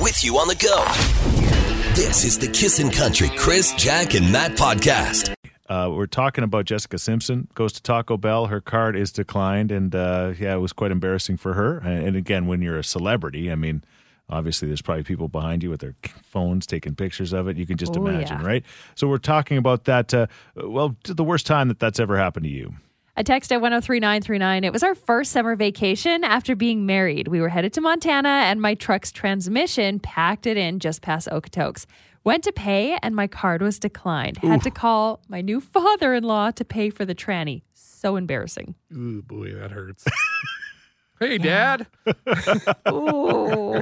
with you on the go. This is the Kissin' Country Chris, Jack, and Matt podcast. Uh, we're talking about Jessica Simpson goes to Taco Bell. Her card is declined, and uh, yeah, it was quite embarrassing for her. And, and again, when you're a celebrity, I mean, obviously there's probably people behind you with their phones taking pictures of it. You can just Oh, imagine, yeah. right? So we're talking about that. Uh, well, the worst time that that's ever happened to you. A text at 103939. It was our first summer vacation after being married. We were headed to Montana and my truck's transmission packed it in just past Okotoks. Went to pay and my card was declined. Had to call my new father in law to pay for the tranny. So embarrassing. Ooh, boy, that hurts. hey, Dad. Ooh.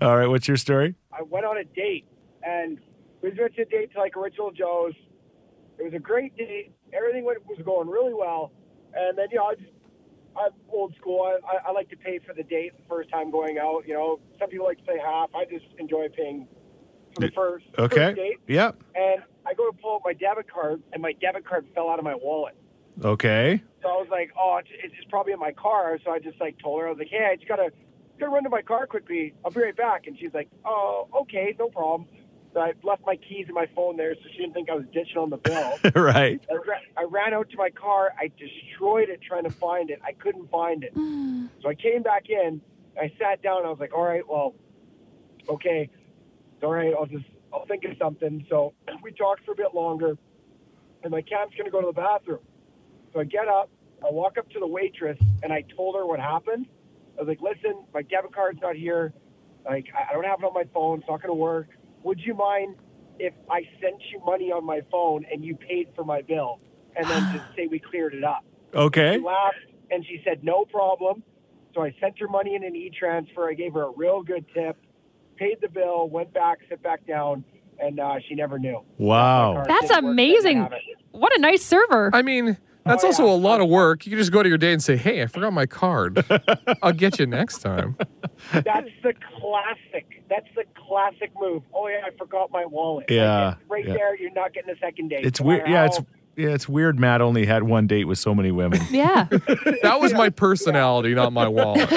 All right, what's your story? I went on a date, and we went to a date to like Original Joe's. It was a great date. Everything went, was going really well, and then you know I just I'm old school. I, I, I like to pay for the date the first time going out. You know, some people like to say half. I just enjoy paying for the first, first Okay. date. Yeah. And I go to pull out my debit card, and my debit card fell out of my wallet. Okay. So I was like, oh, it's, it's just probably in my car. So I just like told her, I was like, hey, I just gotta gotta run to my car quickly. I'll be right back. And she's like, oh, okay, no problem. So I left my keys and my phone there, so she didn't think I was ditching on the bill. right. I, ran, I ran out to my car. I destroyed it trying to find it. I couldn't find it. so I came back in. I sat down. I was like, all right, well, okay, it's all right. I'll just I'll think of something. So we talked for a bit longer, and my cat's gonna go to the bathroom. So I get up. I walk up to the waitress and I told her what happened. I was like, listen, my debit card's not here. Like, I I don't have it on my phone. It's not going to work. Would you mind if I sent you money on my phone and you paid for my bill? And then just say we cleared it up. She Okay. laughed and she said, no problem. So I sent her money in an e transfer. I gave her a real good tip, paid the bill, went back, sat back down, and uh, she never knew. Wow. That's amazing. What a nice server. I mean, that's Oh, also yeah. a lot of work. You can just go to your day and say, hey, I forgot my card. I'll get you next time. That's the classic. That's the classic move. Oh yeah, I forgot my wallet. Like, Yeah, it's right yeah. there, you're not getting a second date. It's No weird. matter Yeah. how- It's yeah. It's weird. Matt only had one date with so many women. Yeah. That was my personality, not my wallet.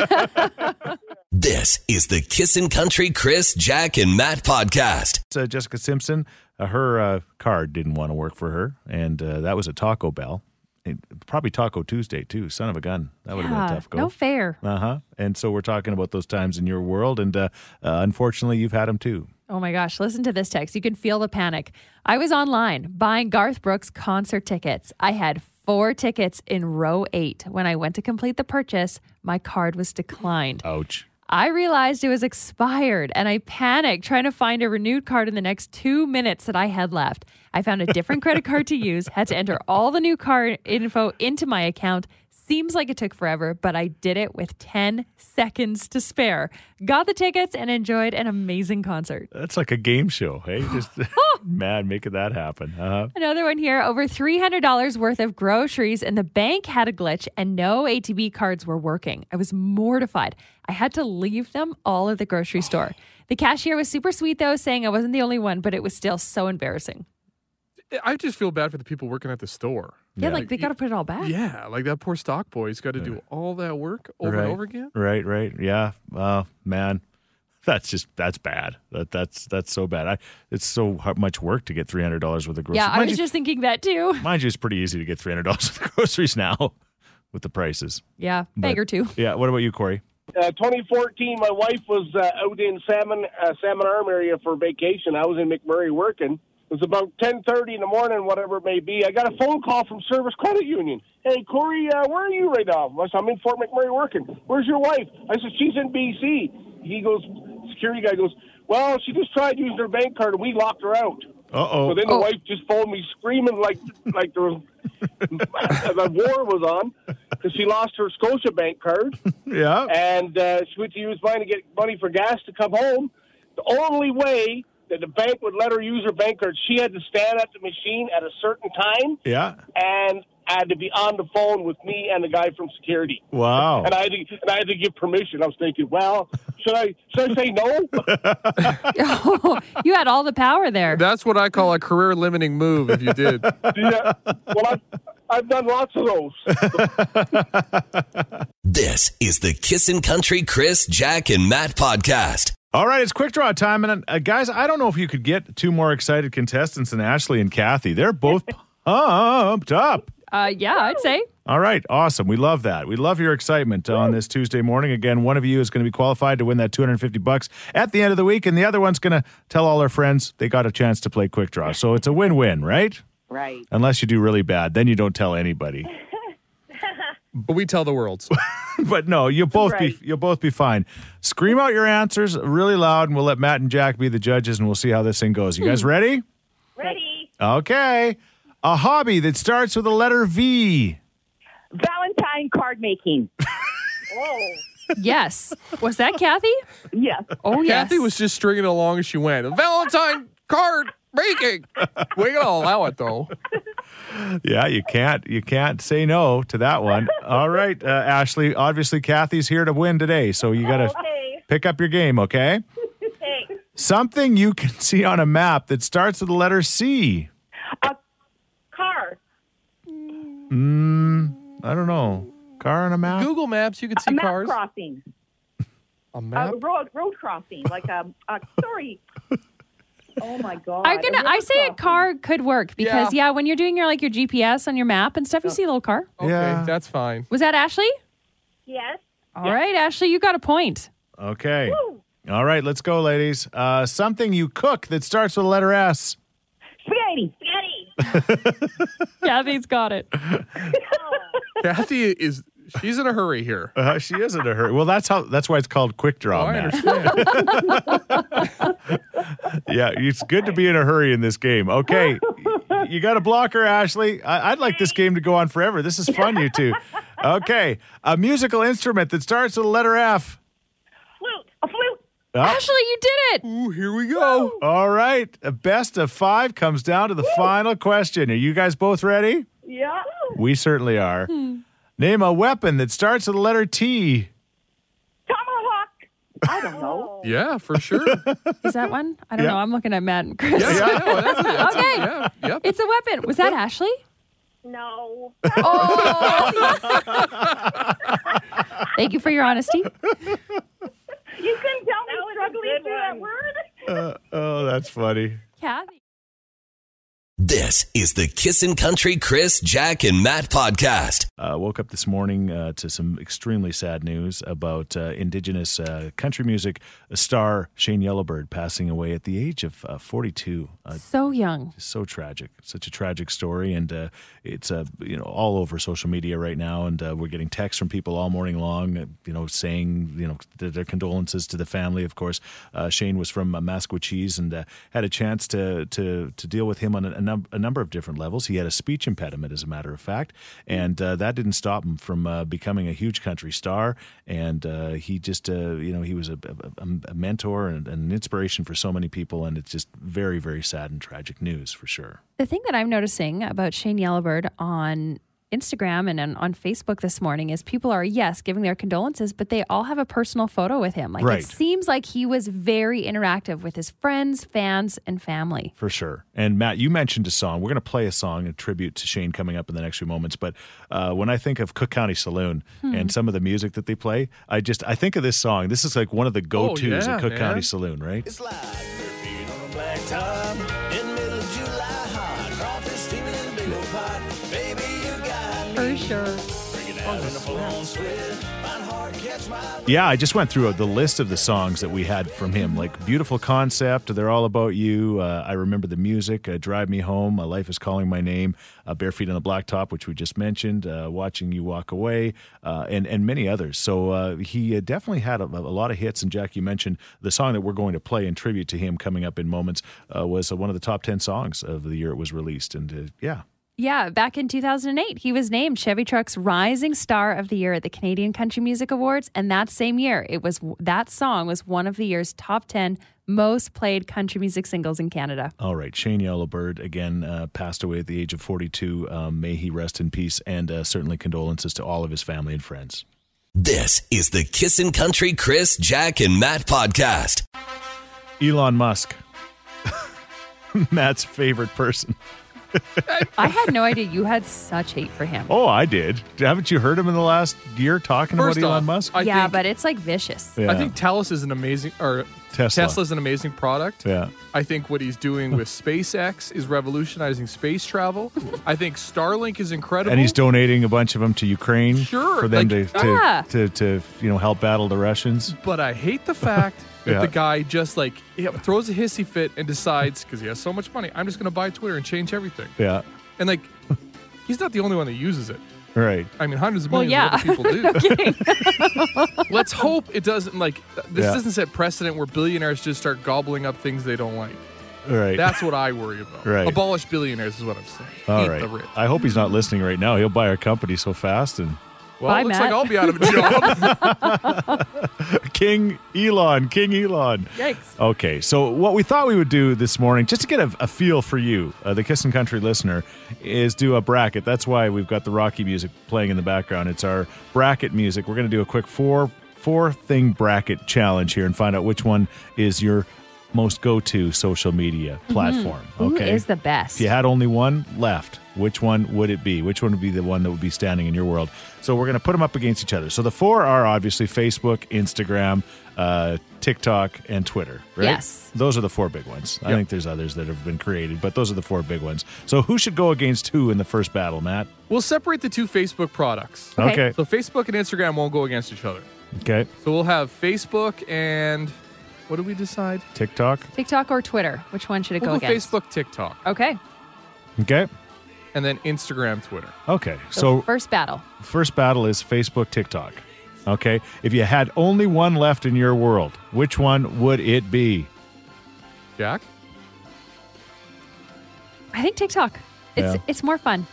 This is the Kissin' Country Chris, Jack, and Matt podcast. uh, Jessica Simpson, uh, her uh, card didn't want to work for her, and uh, that was a Taco Bell. It, probably Taco Tuesday too. Son of a gun, that would have Yeah. been a tough go. No fair. uh huh. And so we're talking about those times in your world, and uh, uh, unfortunately, you've had them too. Oh my gosh, listen to this text. You can feel the panic. I was online buying Garth Brooks concert tickets. I had four tickets in row eight. When I went to complete the purchase, my card was declined. Ouch. I realized it was expired and I panicked trying to find a renewed card in the next two minutes that I had left. I found a different credit card to use, had to enter all the new card info into my account. Seems like it took forever, but I did it with 10 seconds to spare. Got the tickets and enjoyed an amazing concert. That's like a game show. Hey, just mad making that happen. Uh huh. Another one here. Over $300 worth of groceries and the bank had a glitch and no ATB cards were working. I was mortified. I had to leave them all at the grocery store. The cashier was super sweet though, saying I wasn't the only one, but it was still so embarrassing. I just feel bad for the people working at the store. Yeah, like they got to put it all back. Yeah, like that poor stock boy's got to do all that work over Right. and over again. Right, right. Yeah. Oh, man. That's just that's bad. That that's that's so bad. I it's so har- much work to get three hundred dollars worth of groceries. Yeah, I Mind was you- just thinking that too. Mind you, it's pretty easy to get three hundred dollars of groceries now with the prices. Yeah, beg or two. Yeah. What about you, Corey? Uh, 2014, my wife was uh, out in Salmon uh, Salmon Arm area for vacation. I was in McMurray working. It was about 10:30 in the morning, whatever it may be. I got a phone call from Service Credit Union. Hey, Corey, uh, where are you right now? I said, I'm in Fort McMurray working. Where's your wife? I said, she's in BC. He goes, security guy goes, well, she just tried using her bank card and we locked her out. Uh So oh. then the wife just phoned me screaming like like there was the war was on because she lost her Scotia bank card Yeah. and uh, she went to use mine to get money for gas to come home. The only way that the bank would let her use her bank card, she had to stand at the machine at a certain time Yeah. and had to be on the phone with me and the guy from security. Wow. And I had to, and I had to give permission. I was thinking, well, should I should I say no? you had all the power there. That's what I call a career limiting move if you did. yeah. Well, I've, I've done lots of those. This is the Kissin' Country Chris, Jack, and Matt podcast. All right, it's quick draw time. And uh, guys, I don't know if you could get two more excited contestants than Ashley and Kathy. They're both pumped up. Uh, yeah, I'd say. All right, awesome. We love that. We love your excitement uh, on this Tuesday morning. Again, one of you is going to be qualified to win that 250 bucks at the end of the week, and the other one's going to tell all their friends they got a chance to play quick draw. So it's a win-win, right? Right. Unless you do really bad, then you don't tell anybody. But we tell the world. but no, you'll both Right. be you'll both be fine. Scream out your answers really loud, and we'll let Matt and Jack be the judges, and we'll see how this thing goes. You Hmm. guys ready? Ready? Okay. A hobby that starts with the letter V. Valentine card making. Oh, Yes. Was that Kathy? Yes. Oh, yes. Kathy was just stringing along as she went. Valentine card making. We gotta allow it though. Yeah, you can't you can't say no to that one. All right, uh, Ashley. Obviously, Kathy's here to win today, so you got to Okay. pick up your game. Okay. Thanks. Something you can see on a map that starts with the letter C. Car. I don't know. Car on a map. Google Maps, you can A see map cars. crossing. A Oh, A map. road road crossing. Like a, a sorry. Oh my god. I'm gonna. A road I say a crossing. car could work because yeah. Yeah. when you're doing your like your GPS on your map and stuff, you see a little car. Okay, Yeah. that's fine. Was that Ashley? Yes. All right, Ashley, you got a point. Okay. All right, let's go, ladies. Uh, something you cook that starts with the letter S. Spaghetti. Spaghetti. Kathy's got it. Kathy is she's in a hurry here. Uh, she is in a hurry. Well, that's how. That's why it's called quick draw, Oh, I Matt. understand. Yeah, it's good to be in a hurry in this game. Okay, you got a blocker, Ashley. I- I'd like this game to go on forever. This is fun, you two. Okay, a musical instrument that starts with the letter F. Flute. A flute. Ah, Ashley, you did it. Ooh, here we go. all right, a best of five comes down to the final question. Are you guys both ready? Yeah. We certainly are. Hmm. Name a weapon that starts with the letter T. Tomahawk. I don't know. Yeah, for sure. Yeah, Is that one? I don't Yeah. know. I'm looking at Matt and Chris. I know. That's it. That's it. Okay. Yeah, yep. It's a weapon. Was that Ashley? Oh. No. Thank you for your honesty. You couldn't tell me struggling through that word. Oh, that's funny. Kathy. This is the Kissin' Country Chris, Jack, and Matt podcast. Uh, woke up this morning uh, to some extremely sad news about uh, Indigenous uh, country music star Shane Yellowbird passing away at the age of uh, 42. Uh, So young. so tragic, such a tragic story, and uh, it's uh, you know all over social media right now, and uh, we're getting texts from people all morning long, uh, you know, saying you know th- their condolences to the family. Of course, uh, Shane was from uh, Masquecheese and uh, had a chance to to to deal with him on a, a, num- a number of different levels. He had a speech impediment, as a matter of fact, and uh, that didn't stop him from uh, becoming a huge country star. And uh, he just uh, you know he was a, a, a mentor and, and an inspiration for so many people, and it's just very very sad and tragic news for sure. The thing that I'm noticing about Shane Yellowbird on Instagram and on, on Facebook this morning is people are, yes, giving their condolences, but they all have a personal photo with him. Like Right. it seems like he was very interactive with his friends, fans, and family. For sure. And Matt, you mentioned a song. We're going to play a song, a tribute to Shane coming up in the next few moments. But uh, when I think of Cook County Saloon Hmm. and some of the music that they play, I just I think of this song. This is like one of the go tos Oh, yeah, at Cook man. County Saloon, right? It's like your feet on a black top in the middle of July hot. Crawfish steaming in a big old pot. Baby, you got me. For sure. Bring it out in a full-on sweat. Find hard to catch my Yeah, I just went through the list of the songs that we had from him. Like beautiful concept, they're all about you. Uh, I remember the music, uh, drive me home. Uh, Life is calling my name. Uh, Bare feet on the blacktop, which we just mentioned. Uh, watching you walk away, uh, and and many others. So uh, he uh, definitely had a, a lot of hits. And Jack, you mentioned the song that we're going to play in tribute to him coming up in moments uh, was uh, one of the top ten songs of the year it was released. And uh, yeah, Yeah, back in 2008, he was named Chevy Truck's Rising Star of the Year at the Canadian Country Music Awards, and that same year, it was that song was one of the year's top 10 most played country music singles in Canada. All right, Shane Yellowbird again uh, passed away at the age of 42. Um, may he rest in peace, and uh, certainly condolences to all of his family and friends. This is the Kissin' Country Chris, Jack, and Matt podcast. Elon Musk, Matt's favorite person. I had no idea you had such hate for him. Oh, I did. Haven't you heard him in the last year talking First about Elon off, Musk? I yeah, think- but it's like vicious. Yeah. I think Talus is an amazing or Tesla. Tesla's an amazing product. Yeah. I think what he's doing with SpaceX is revolutionizing space travel. I think Starlink is incredible. and he's donating a bunch of them to Ukraine Sure, for them like- to, to, Yeah. to, to you know help battle the Russians. But I hate the fact that Yeah. the guy just like he throws a hissy fit and decides because he has so much money, I'm just going to buy Twitter and change everything. Yeah, And like, he's not the only one that uses it. right. I mean, hundreds of Well, millions yeah. of other people do. Let's hope it doesn't like this Yeah. doesn't set precedent where billionaires just start gobbling up things they don't like. Right. That's what I worry about. Right. Abolish billionaires is what I'm saying. all Eat right. the rich. I hope he's not listening right now. He'll buy our company so fast. And Well, Bye, it looks Matt. like I'll be out of a job. King Elon, King Elon. Yikes. Okay, so what we thought we would do this morning, just to get a, a feel for you, uh, the Kiss and Country listener, is do a bracket. That's why we've got the Rocky music playing in the background. It's our bracket music. We're going to do a quick four four thing bracket challenge here and find out which one is your most go to social media platform. Mm-hmm. Who Okay, is the best? if you had only one left, which one would it be? Which one would be the one that would be standing in your world? So we're going to put them up against each other. So the four are obviously Facebook, Instagram, uh, TikTok, and Twitter, right? Yes. Those are the four big ones. I think there's others that have been created, but those are the four big ones. So who should go against who in the first battle, Matt? we'll separate the two Facebook products. Okay. So Facebook and Instagram won't go against each other. Okay. So we'll have Facebook and what do we decide? TikTok. TikTok or Twitter? Which one should it We'll go go against? Facebook, TikTok, Okay. Okay. and then Instagram, Twitter. Okay. So, So first battle. first battle is Facebook, TikTok. Okay. If you had only one left in your world, which one would it be? Jack? I think TikTok. It's Yeah. it's more fun.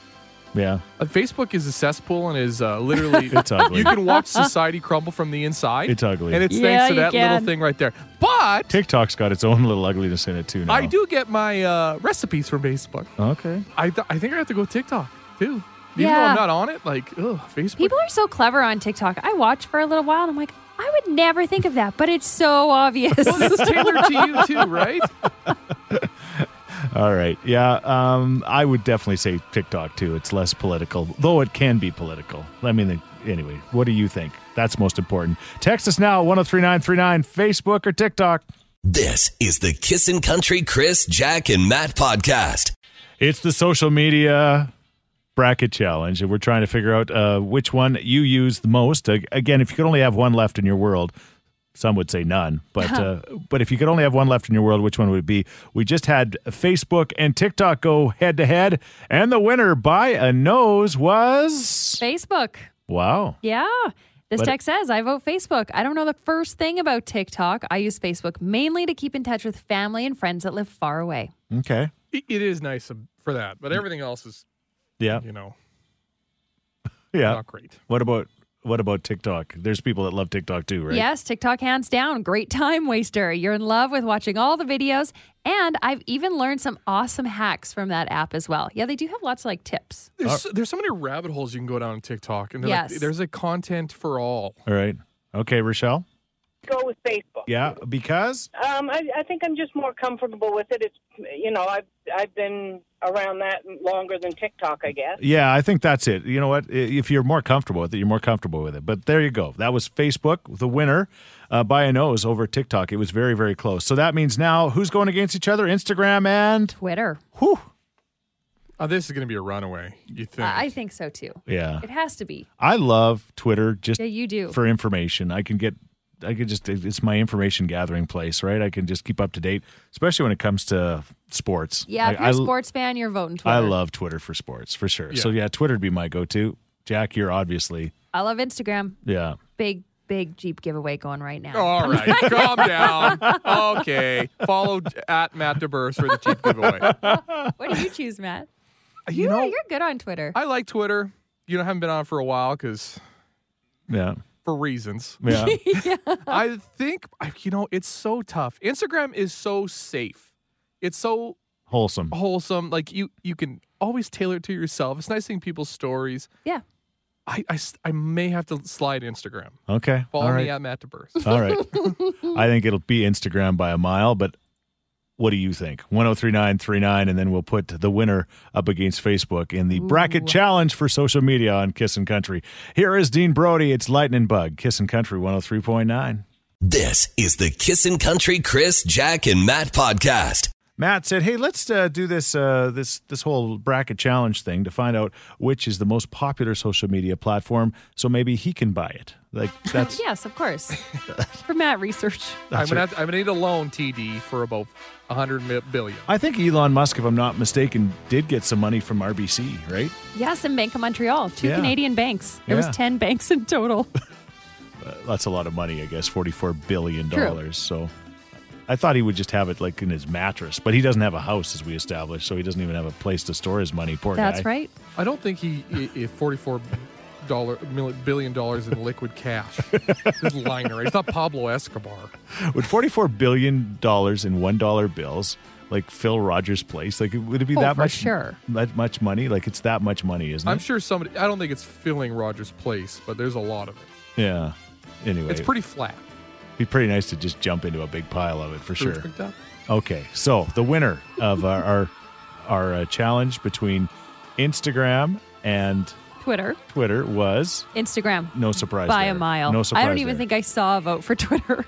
Yeah. Uh, Facebook is a cesspool and is uh, literally. It's ugly. You can watch society crumble from the inside. It's ugly. And it's Yeah, thanks to you that can. little thing right there. But TikTok's got its own little ugliness in it too. Now. I do get my uh, recipes from Facebook. Okay. I, th- I think I have to go TikTok too. Even though Yeah. I'm not on it, like, ugh, Facebook. People are so clever on TikTok. I watch for a little while and I'm like, I would never think of that, but it's so obvious. it's tailored to you too, right? All right. Yeah. Um, I would definitely say TikTok too. It's less political, though it can be political. I mean, anyway, what do you think? That's most important. Text us now oh at 103939, Facebook or TikTok. This is the Kissin' Country Chris, Jack, and Matt podcast. It's the social media bracket challenge, and we're trying to figure out uh, which one you use the most. Ag- Again, if you could only have one left in your world, some would say none, but uh, but if you could only have one left in your world, which one would it be? We just had Facebook and TikTok go head to head, and the winner by a nose was Facebook. wow. Yeah. This But- text says, I vote Facebook. I don't know the first thing about TikTok. I use Facebook mainly to keep in touch with family and friends that live far away. Okay, It- it is nice um, for that, but everything else is, yeah, you know, yeah. not great. What about what about TikTok? There's people that love TikTok too, right? Yes, TikTok hands down. Great time waster. You're in love with watching all the videos. And I've even learned some awesome hacks from that app as well. Yeah, they do have lots of like tips. Uh, There's, so, there's so many rabbit holes you can go down on TikTok, and they're like, Yes. there's a content for all. All right. Okay, Rochelle. go with Facebook. Yeah, because Um, I, I think I'm just more comfortable with it. It's you know I've I've been around that longer than TikTok, I guess. Yeah, I think that's it. You know what? I- If you're more comfortable with it, you're more comfortable with it. But there you go. That was Facebook, the winner uh, by a nose over TikTok. It was very, very close. So that means now who's going against each other? Instagram and Twitter. whew. Oh, this is going to be a runaway, you think? I I think so too. Yeah, It has to be. I love Twitter just Yeah, you do. for information. I can get, I can just, it's my information gathering place, right? I can just keep up to date, especially when it comes to sports. yeah, I, if you're I- a sports fan, you're voting Twitter. I love Twitter for sports for sure. Yeah. So yeah, Twitter'd be my go-to. Jack, you're obviously I love Instagram. yeah. Big, big Jeep giveaway going right now. all right, calm down. Okay, follow at Matt DeBurse for the cheap giveaway. Oh. What do you choose, Matt? You yeah, know, you're good on Twitter. I like Twitter. You know, I haven't been on for a while because Yeah. for reasons. Yeah. Uh-huh. I think I- you know it's so tough. Instagram is so safe. It's so Wholesome. wholesome. Like you, you can always tailor it to yourself. It's nice seeing people's stories. yeah. I, I, s- I may have to slide Instagram. Okay. Follow All me right. at Matt DeBurse. All right. I think it'll be Instagram by a mile, but What do you think? 103939, and then we'll put the winner up against Facebook in the bracket challenge for social media on Kissin' Country. Here is Dean Brody. It's Lightning Bug, Kissin' Country 103.9. This is the Kissin' Country Chris, Jack, and Matt podcast. Matt said, "Hey, let's uh, do this uh, this this whole bracket challenge thing to find out which is the most popular social media platform, so maybe he can buy it. Like that's Yes, of course. For Matt research. I'm gonna, have to, I'm gonna need a loan TD for about 100 mi- billion. I think Elon Musk, if I'm not mistaken, did get some money from RBC, right? Yes, and Bank of Montreal, two Yeah. Canadian banks. There Yeah. was 10 banks in total. That's a lot of money, I guess, forty-four billion True. dollars. So, I thought he would just have it like in his mattress, but he doesn't have a house, as we established, so he doesn't even have a place to store his money. Poor That's guy. right. I don't think he i- if 44 dollar mil- billion dollars in liquid cash. This liner, it's not Pablo Escobar. Would forty-four billion dollars in one-dollar bills, like Phil Rogers' place, like would it be Oh, that for much? sure. That much money? Like it's that much money, isn't I'm it? sure somebody. I don't think it's filling Rogers' place, but there's a lot of it. Yeah. Anyway, It's pretty flat. be pretty nice to just jump into a big pile of it for sure. Fruits picked up. Okay, so the winner of our our, our uh, challenge between Instagram and Twitter, Twitter was Instagram. no surprise by there. a mile. No surprise. I don't there. even think I saw a vote for Twitter.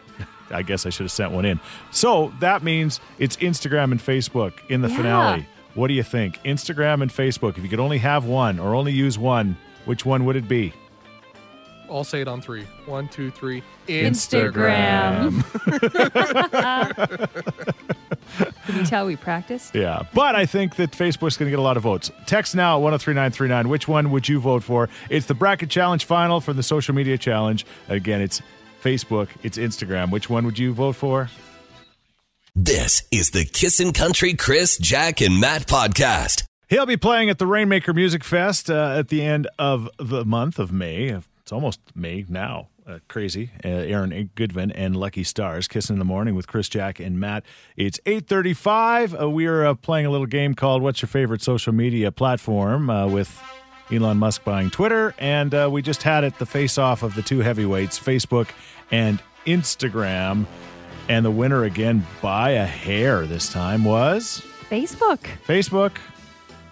I guess I should have sent one in. So that means it's Instagram and Facebook in the finale. What do you think? Instagram and Facebook. If you could only have one or only use one, which one would it be? I'll say it on three. One, two, three. Instagram. Can you tell we practiced? Yeah, but I think that Facebook's going to get a lot of votes. Text now at 103939. Which one would you vote for? It's the bracket challenge final for the social media challenge. Again, it's Facebook, it's Instagram. Which one would you vote for? This is the Kissin' Country Chris, Jack, and Matt podcast. He'll be playing at the Rainmaker Music Fest uh, at the end of the month of May. It's almost May now. Uh, crazy. Uh, Aaron Goodwin and Lucky Stars kissing in the morning with Chris, Jack, and Matt. It's eight thirty-five. Uh, we are uh, playing a little game called "What's Your Favorite Social Media Platform?" Uh, with Elon Musk buying Twitter, and uh, we just had it the face-off of the two heavyweights, Facebook and Instagram. And the winner again by a hair this time was Facebook. Facebook.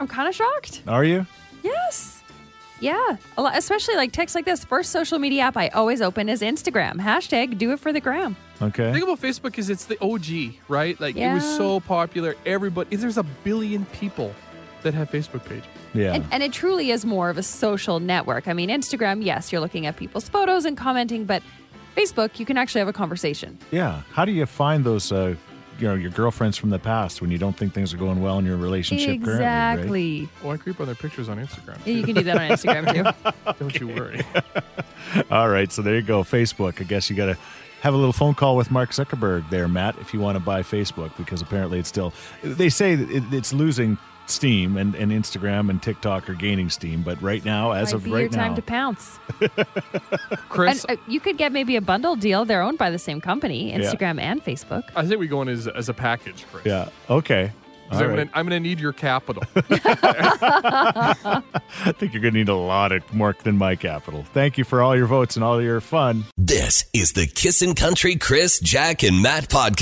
I'm kind of shocked. Are you? Yes. Yeah. A lot, especially like texts like this. First social media app I always open is Instagram. Hashtag do it for the gram. Okay. The thing about Facebook is it's the OG, right? Like it was Yeah. so popular. Everybody, there's a billion people that have Facebook pages. Yeah. And, and it truly is more of a social network. I mean, Instagram, yes, you're looking at people's photos and commenting, but Facebook, you can actually have a conversation. yeah. How do you find those, uh, you know, your girlfriends from the past when you don't think things are going well in your relationship currently? right? Exactly. Oh, I creep on their pictures on Instagram. You can do that on Instagram too. Don't you worry. All right. So there you go. Facebook. I guess you got to have a little phone call with Mark Zuckerberg there, Matt, if you want to buy Facebook, because apparently it's still, they say that it, it's losing steam and, and Instagram and TikTok are gaining steam. But right now, as Might of be right your now, time to pounce. Chris, And uh, you could get maybe a bundle deal. They're owned by the same company, Instagram and Facebook. I think we go in as, as a package, Chris. yeah. Okay. 'Cause All I'm, right. gonna, I'm gonna need your capital. I think you're going to need a lot of more than my capital. Thank you for all your votes and all your fun. This is the Kissin' Country Chris, Jack, and Matt podcast.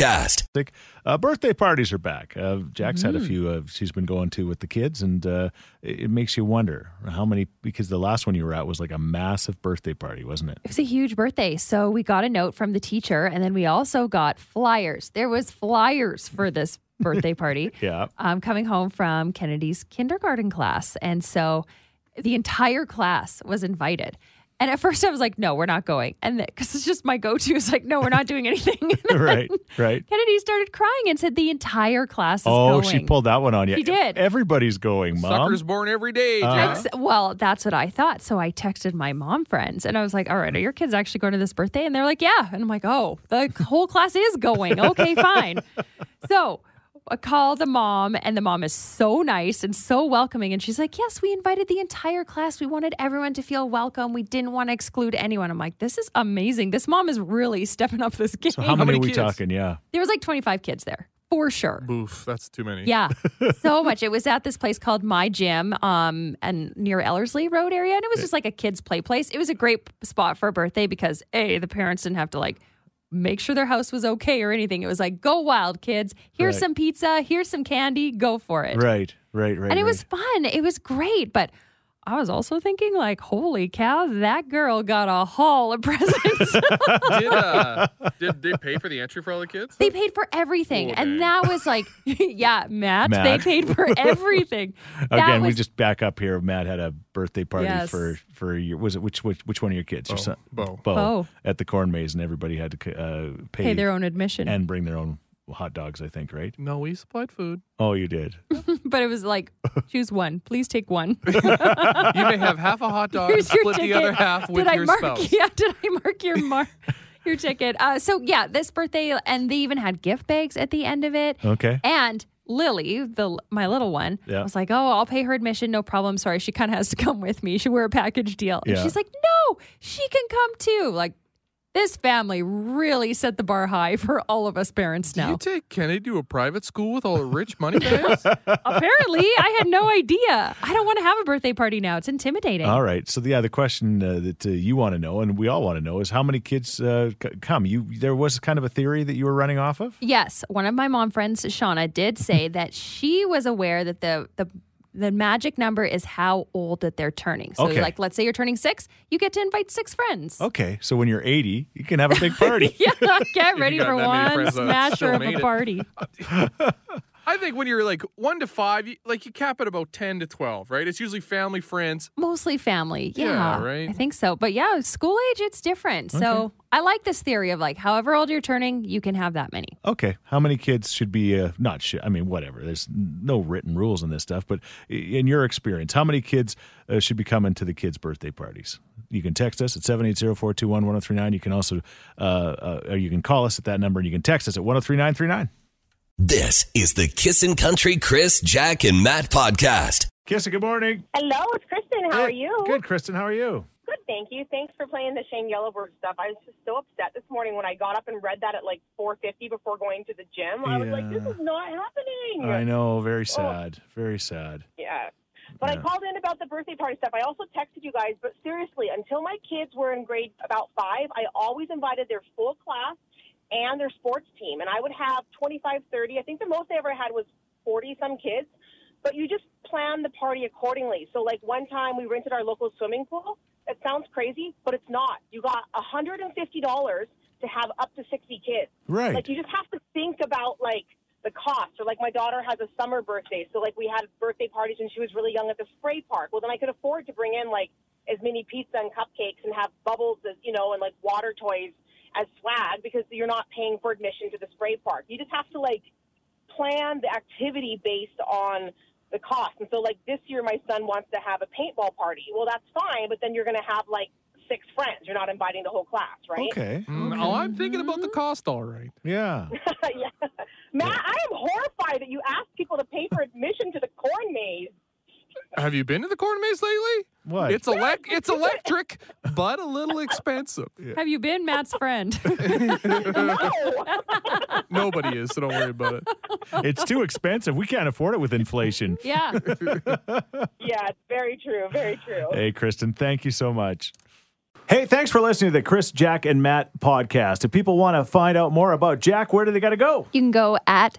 fantastic. Uh, birthday parties are back. Uh, Jack's Mm. had a few uh, she's been going to with the kids, and uh, it, it makes you wonder how many, because the last one you were at was like a massive birthday party, wasn't it? It was a huge birthday. So we got a note from the teacher and then we also got flyers. There was flyers for this birthday party. Yeah. um, coming home from Kennedy's kindergarten class. And so the entire class was invited. And at first I was like, no, we're not going. And because it's just my go to is like, no, we're not doing anything. right, right. Kennedy started crying and said, the entire class is Oh, going. she pulled that one on you. She did. Everybody's going, mom. Suckers born every day. Uh-huh. Jack. Ex- well, that's what I thought. So I texted my mom friends and I was like, all right, are your kids actually going to this birthday? And they're like, yeah. And I'm like, oh, the whole class is going. Okay, fine. So I call the mom, and the mom is so nice and so welcoming. And she's like, yes, we invited the entire class. We wanted everyone to feel welcome. We didn't want to exclude anyone. I'm like, this is amazing. This mom is really stepping up this game. So how, many, many are we kids? talking? Yeah. there was like 25 kids there for sure. Boof, that's too many. Yeah, so much. It was at this place called My Gym, um, and near Ellerslie Road area, and it was just like a kids' play place. It was a great spot for a birthday because a the parents didn't have to like make sure their house was okay or anything. It was like, go wild, kids. Here's Right. some pizza. Here's some candy. Go for it. Right, right, right. And it was fun. It was great. But I was also thinking, like, holy cow, that girl got a haul of presents. did, uh, did they pay for the entry for all the kids? They paid for everything. Okay. And that was like, yeah, Matt, Matt. they paid for everything. That right. Again, was we just back up here. Matt had a birthday party Yes. for for your was it which which, which one of your kids? Your son, Bo. Bo. at the corn maze, and everybody had to uh, pay, pay their own admission. and bring their own hot dogs. I think right. No, we supplied food. Oh, you did. but it was like, choose one. Please take one. You may have half a hot dog, Here's your split ticket. the other half with did your I mark, spouse. Yeah, did I mark your mark? Your ticket. Uh, so yeah, this birthday, and they even had gift bags at the end of it. Okay. And Lily, the my little one, Yeah. was like, "Oh, I'll pay her admission, no problem. Sorry, she kind of has to come with me. She wear a package deal." And Yeah. she's like, "No, she can come too." Like, this family really set the bar high for all of us parents Do now. you take Kennedy to a private school with all the rich money bags? Apparently, I had no idea. I don't want to have a birthday party now. It's intimidating. All right. So the other question uh, that uh, you want to know, and we all want to know, is how many kids uh, c- come? You there was kind of a theory that you were running off of. Yes, one of my mom friends, Shauna, did say that she was aware that the the the magic number is how old that they're turning. So, Okay. like, let's say you're turning six, you get to invite six friends. Okay. So when you're 80, you can have a big party. Yeah, get ready got for that many one friends, that's smasher still of made a it. party. I think when you're like one to five, you, like you cap at about 10 to 12, right? It's usually family, friends. Mostly family. Yeah, Yeah, right. I think so. But yeah, school age, it's different. So I like this theory of like, however old you're turning, you can have that many. Okay. How many kids should be uh, not? Sh- I mean, whatever. There's no written rules in this stuff, but i- in your experience, how many kids uh, should be coming to the kids' birthday parties? You can text us at 780-421-1039. You can also, uh, uh, or you can call us at that number, and you can text us at 103939. This is the Kissin' Country Chris, Jack, and Matt podcast. Kissa, good morning. Hello, it's Kristen. How are Hey, you? Good, Kristen. How are you? Good, thank you. Thanks for playing the Shane Yellowberg stuff. I was just so upset this morning when I got up and read that at like 4:50 before going to the gym. I was like, Yeah. this is not happening. I know. Very sad. Very sad. Yeah. But Yeah. I called in about the birthday party stuff. I also texted you guys, but seriously, until my kids were in grade about 5, I always invited their full class and their sports team and I would have 25, 30. I think the most I ever had was 40 some kids. But you just plan the party accordingly. So like one time we rented our local swimming pool. That sounds crazy, but it's not. You got $150 to have up to 60 kids. Right. Like you just have to think about like the cost. Or like my daughter has a summer birthday, so like we had birthday parties when she was really young at the spray park. Well, then I could afford to bring in like as many pizza and cupcakes and have bubbles, as, you know, and like water toys as swag because you're not paying for admission to the spray park. You just have to like plan the activity based on the cost. And so, like this year, my son wants to have a paintball party. Well, that's fine, but then you're going to have like six friends. You're not inviting the whole class, right? Okay. Mm, Oh, I'm thinking about the cost, all right. Yeah. yeah. Matt, I am horrified that you asked people to pay for admission to the corn maze. Have you been to the corn maze lately? What? It's elec- it's electric, but a little expensive. Have you been Matt's friend? Nobody is, so don't worry about it. it's too expensive. We can't afford it with inflation. yeah. Yeah, it's very true. Very true. Hey, Kristen, thank you so much. Hey, thanks for listening to the Chris, Jack, and Matt podcast. If people want to find out more about Jack, where do they got to go? You can go at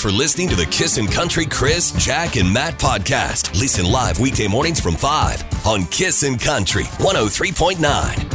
for listening to the Kissin' Country Chris, Jack, and Matt oh podcast. Listen live weekday mornings from 5 on Kissin' Country 103.9.